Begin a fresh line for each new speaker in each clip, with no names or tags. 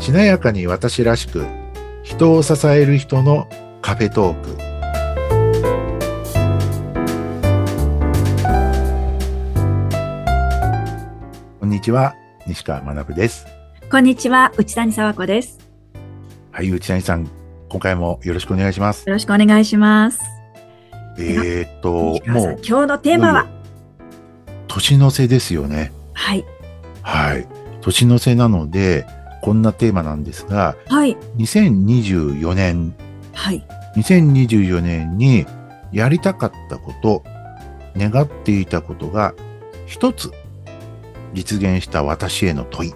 華やかに私らしく人を支える人のカフェトークこんにちは西川学です
こんにちは、内谷沢子です。
はい内谷さん今回もよろしくお願いします
よろしくお願いします。
えー、っと
西川さん
もう
今日のテーマ
いよ
は、
いよ年の瀬ですよね
はい、
はい年の瀬なのでこんなテーマなんですが
はい、
2024年
はい、
2024年にやりたかったこと、願っていたことが一つ実現した私への問い。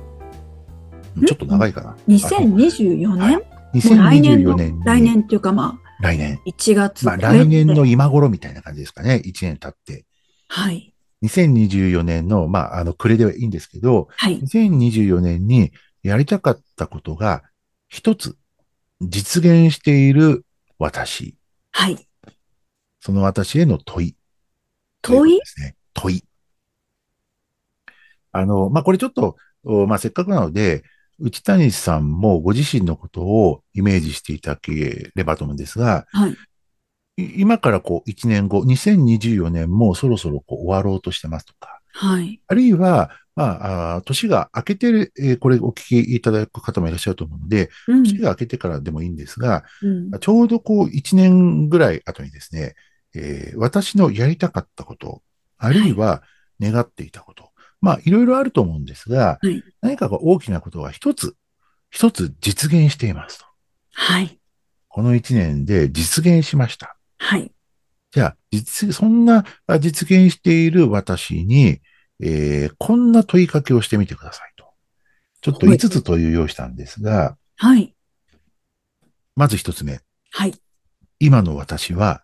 ちょっと長いかな。
2024
はい
年、もう来年
2024
の
年に
来年っていうかまあ、
来年。
1月
まあ
超えて
来年の今頃みたいな感じですかね。1年経って。
はい、
2024年の、まあ、あの、暮れではいいんですけど、
はい、
2024年にやりたかったことが一つ実現している私。
はい、
その私への問い。と
問
うこと
い
ですね。問い。あの、まあ、これちょっと、おまあ、せっかくなので、内谷さんもご自身のことをイメージしていただければと思うんですが、
はい、
い今からこう1年後、2024年もそろそろこう終わろうとしてますとか、
はい、
あるいは、まあ、あー年が明けてる、えーこれお聞きいただく方もいらっしゃると思うので、
う
年
ん、
が明けてからでもいいんですが、
うん、
ちょうどこう1年ぐらい後にですね、えー私のやりたかったこと、あるいは願っていたこと、まあいろいろあると思うんですが、
はい
何かが大きなことが一つ、一つ実現していますと。
はい、
この1年で実現しました。
はい、
じゃあ、実、そんなあ実現している私に、えーこんな問いかけをしてみてくださいと。ちょっと
はい
5つという用意したんですが、
はい、
まず1つ目。
はい、
今の私は、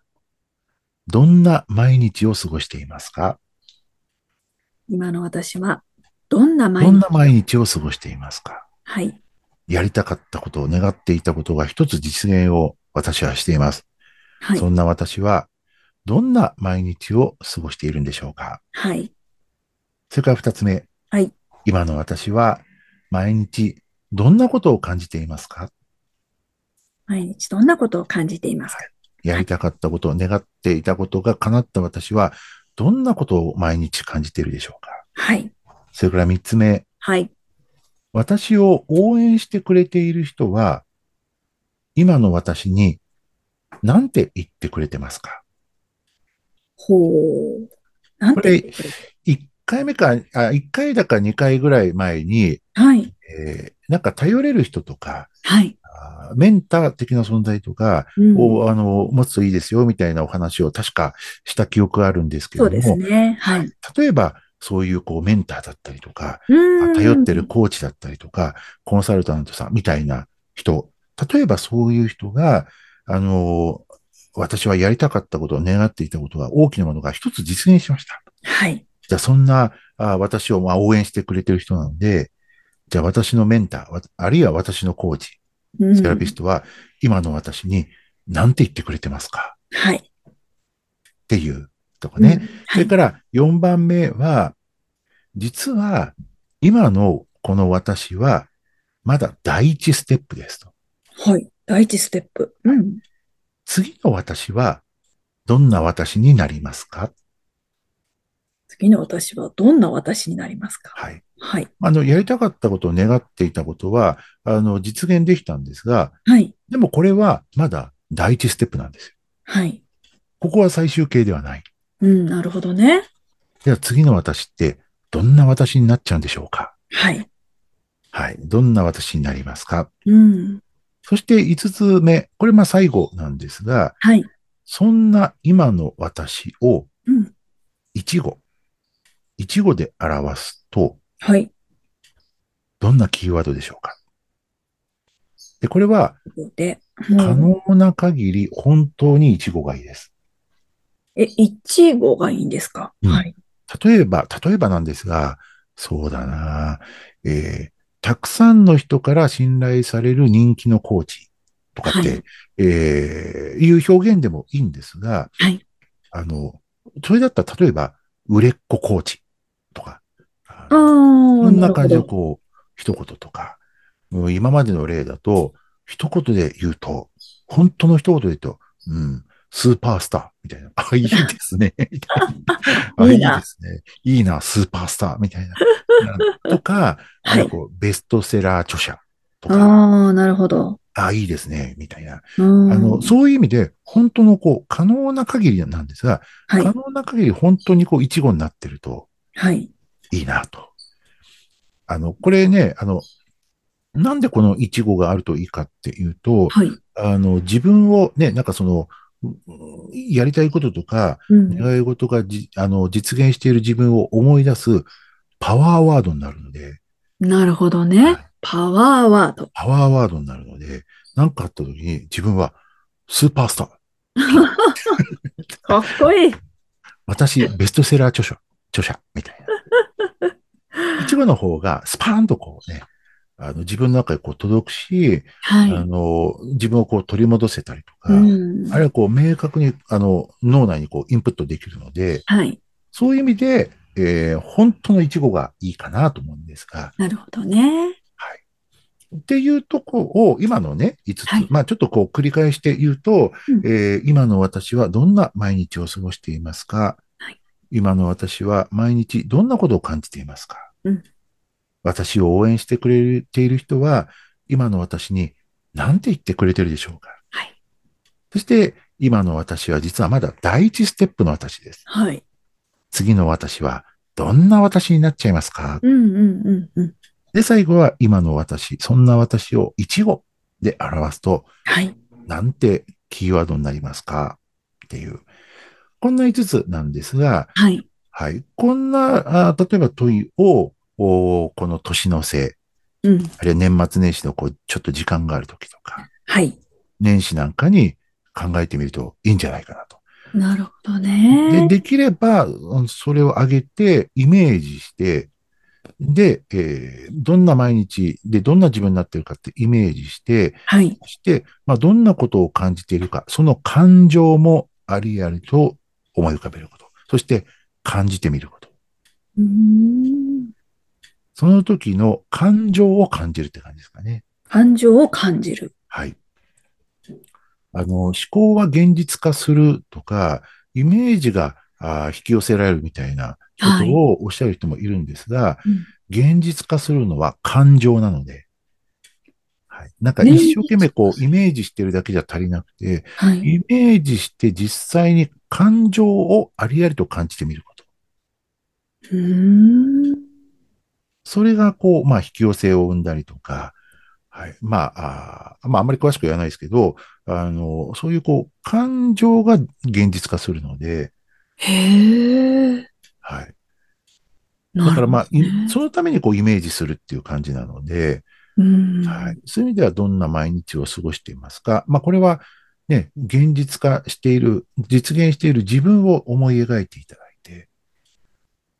どんな毎日を過ごしていますか
今の私は、どんな毎
どん
日、
な毎日を過ごしていますか
はい、
やりたかったことを願っていたことが一つ実現を私はしています。
はい
そ、んな私は、どんな毎日を過ごしているんでしょうか
はい、
それから二つ目。
はい
今の私は、毎日、どんなことを感じていますか
毎日どんなことを感じていますか
やりたかったことを願っていたことが叶った私は、どんなことを毎日感じているでしょうか
はい、
それから三つ目。
はい、
私を応援してくれている人は、今の私に何て言ってくれてますか
ほう、なんて言ってくれる
?1 回目か、あ1回だか2回ぐらい前に、
はい、
えーなんか頼れる人とか、
はい、
あーメンター的な存在とか
うん
を、あの、持つといいですよ、みたいなお話を確かした記憶があるんですけれ
そう
ども、
ですね、はい。
例えば、そういうこうメンターだったりとか、
うん
頼ってるコーチだったりとか、コンサルタントさんみたいな人、例えばそういう人が、あの、私はやりたかったことを願っていたことが大きなものが一つ実現しました。
はい。
じゃあそんなあ私をまあ応援してくれてる人なので、じゃあ私のメンター、わあるいは私のコーチ、
うん
セラピストは今の私に何て言ってくれてますか
はい。
っていうとかね。
う
そ
ん。は
れ
い。
から4番目は、実は今のこの私はまだ第一ステップですと。
はい。第一ステップ。うん。
次の私はどんな私になりますか
次の私はどんな私になりますか
はい。
はい。
あの、やりたかったことを願っていたことは、あの、実現できたんですが、
はい。
でもこれはまだ第一ステップなんですよ。
はい。
ここは最終形ではない。
うん。なるほどね。
では次の私ってどんな私になっちゃうんでしょうか
はい。
はい。どんな私になりますか
うん。
そして5つ目。これまあ最後なんですが、
はい。
そんな今の私を
うん。
いちご、いちごで表すと、
はい。
どんなキーワードでしょうかで、これは
で、
可
うん
能な限り本当にいちごがいいです。
え、いちごがいいんですか
うん
はい。
例えば、例えばなんですが、そうだなえーたくさんの人から信頼される人気のコーチとかって、
はい
えーいう表現でもいいんですが、
はい
あの、それだったら例えば、売れっ子コーチとか、
ああ、
こん
な
な
る
感
ほ
じで
ど。
こう、一言とか、うん今までの例だと、一言で言うと、本当の一言で言うと、うん、スーパースターみたいな。あ、いいです ね。みたいなあ、い
い
い
い
で
な
すね。いいな、スーパースターみたいな。 とか、
はい
なんかこうベストセラー著者とか、
ああ、なるほど。
あ、いいですね、みたいな。
あ
あの、そういう意味で、本当のこう、可能な限りなんですが、
はい
可。能な限り本当にこう、一語になってると、
はい。
いいなと。あの、これね、あの、なんでこのイチゴがあるといいかっていうと、
はい。
あの、自分をね、なんかその、ううやりたいこととか、
うん。
願い事がじ、あの、実現している自分を思い出すパワーワードになるので、
なるほどね。パワーワード。
パワーワードになるので、なんかあった時に自分はスーパースター。
かっこいい。
私、ベストセラー著者、 著者、みたい な。イチゴの方がスパーンとこうね、あの、自分の中でこう届くし、
は
あ
い。
の、自分をこう取り戻せたりとか、
うん
あ。るいはこう明確にあの脳内にこうインプットできるので、
はい。
そういう意味で、えー本当のイチゴがいいかなと思うんですが、
なるほどね。
っていうとこを今のね、5つ、
はい
まあちょっとこう繰り返して言うと、
うん
えー今の私はどんな毎日を過ごしていますか、
はい
今の私は毎日どんなことを感じていますか、
うん
私を応援してくれている人は、今の私に何て言ってくれてるでしょうか
はい。
そして、今の私は実はまだ第一ステップの私です。
はい。
次の私はどんな私になっちゃいますか
うんうんうんうん。
で、最後は今の私、そんな私を一語で表すと、
はい。
なんてキーワードになりますかっていう。こんな5つなんですが、
はい。
はい。こんな、あ例えば問いを、おこの年のせい、
うん。
あるいは年末年始のこう、ちょっと時間がある時とか、
はい。
年始なんかに考えてみるといいんじゃないかなと。
なるほど
で、
ね。
できれば、うんそれを上げて、イメージして、で、えーどんな毎日で、どんな自分になってるかってイメージして、
はい。
そして、まあ、どんなことを感じているか、その感情もありありと思い浮かべること。そして、感じてみること。
うーん。
その時の感情を感じるって感じですかね。
感情を感じる。
はい。あの、思考は現実化するとか、イメージがあー引き寄せられるみたいなこ
は
と
い
をおっしゃる人もいるんですが、
うん
現実化するのは感情なので、はい。なんか一生懸命こう、イメージしてるだけじゃ足りなくて、
はい。
イメージして実際に感情をありありと感じてみること。
うーん。
それがこう、まあ、引き寄せを生んだりとか、はい。まあ、あーまあ、あんまり詳しく言わないですけど、あの、そういうこう、感情が現実化するので、
へえ。
はい。だ
だ
からまあ、い
そ
そのためにこう、イメージするっていう感じなので、
うん。
はい。そういう意味ではどんな毎日を過ごしていますかまあ、これは、ね、現実化している、実現している自分を思い描いていただいて、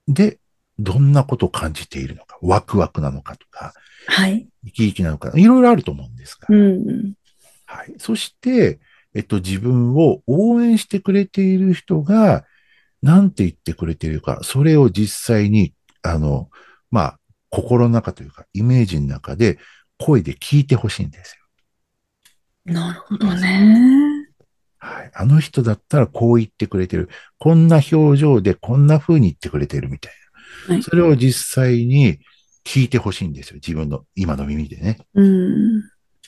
で、どんなことを感じているのか、ワクワクなのかとか、
はい。
生き生きなのか、いろいろあると思うんですが、
うんうん。
はい。そして、えっと、自分を応援してくれている人が、なんて言ってくれているか、それを実際に、あの、まあ、心の中というか、イメージの中で、声で聞いてほしいんですよ。
なるほどね。
はい。あの人だったらこう言ってくれてる。こんな表情でこんな風に言ってくれてるみたい
は
な。
い
それを実際に聞いてほしいんですよ。自分の今の耳でね。
うん。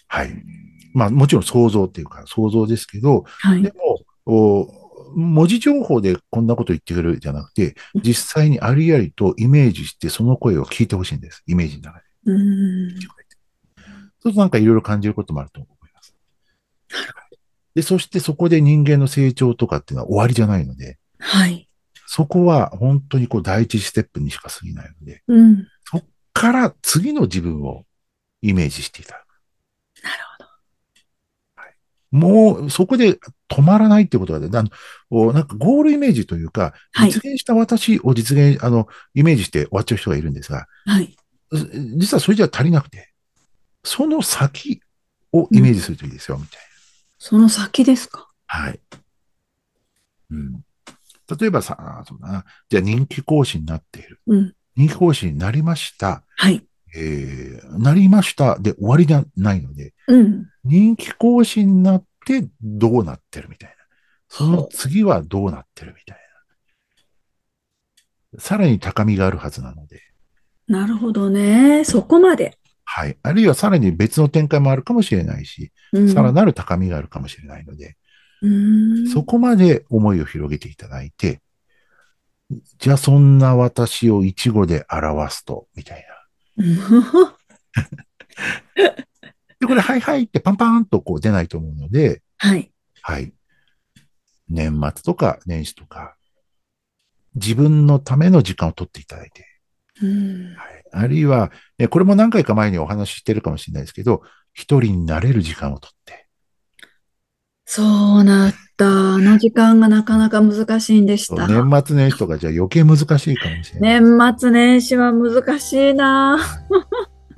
はい。まあもちろん想像っていうか想像ですけど、
はい
で。も、お文字情報でこんなこと言ってくれるじゃなくて、実際にありありとイメージしてその声を聞いてほしいんです。イメージの中で。
うん。
そうするとなんかいろいろ感じることもあると思います。で、そしてそこで人間の成長とかっていうのは終わりじゃないので、
はい。
そこは本当にこう第一ステップにしか過ぎないので、
うん。なる
から次の自分をイメージしていただく。
ほど。
もうそこで止まらないってことがね、あのおなんかゴールイメージというか、
はい
実現した私を実現、あの、イメージして終わっちゃう人がいるんですが、
はい。
う実はそれじゃ足りなくて、その先をイメージするといいですよ、みたい
その先ですか。
な。はい。うん。例えばさ、そうだな。じゃあ人気講師になっている。
うん。
人気講師になりました。
はい。
えーなりましたで終わりじゃないので、
うん。
人気講師になってどうなってるみたいな。その次はどうなってるみたいな。さらに高みがあるはずなので、
なるほどね。そこまで。
はい。あるいはさらに別の展開もあるかもしれないし、
うん。
さらなる高みがあるかもしれないので、
うん。
そこまで思いを広げていただいて、じゃあそんな私を一語で表すと、みたいな。
うん
で、これ、はいはいってパンパンとこう出ないと思うので、
はい。
はい。年末とか年始とか、自分のための時間を取っていただいて、
うん。
はい。あるいは、ねこれも何回か前にお話ししてるかもしれないですけど、一人になれる時間を取って、
そうなった。あの時間がなかなか難しいんでし
そう
た。
年末年始とかじゃ余計難しいかもしれない。
年末年始は難しいな。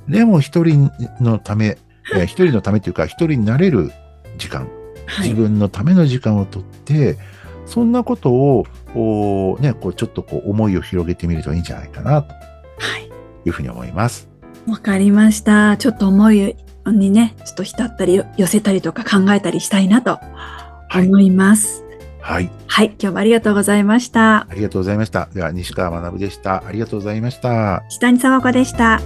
でも一人のため、えー一人のためというか、一人になれる時間、
は
自
い。
分のための時間をとって、そんなことを、おーね、こうちょっとこう思いを広げてみるといいんじゃないかなと
はい。
いうふうに思います。
わかりました。ちょっと思いにね、ちょっと浸ったりよ寄せたりとか考えたりしたいなと
い
思います。
はい、
はい、今日もありがとうございました。
ありがとうございました。では、西川学でした。ありがとうございました。
下にさわこでした。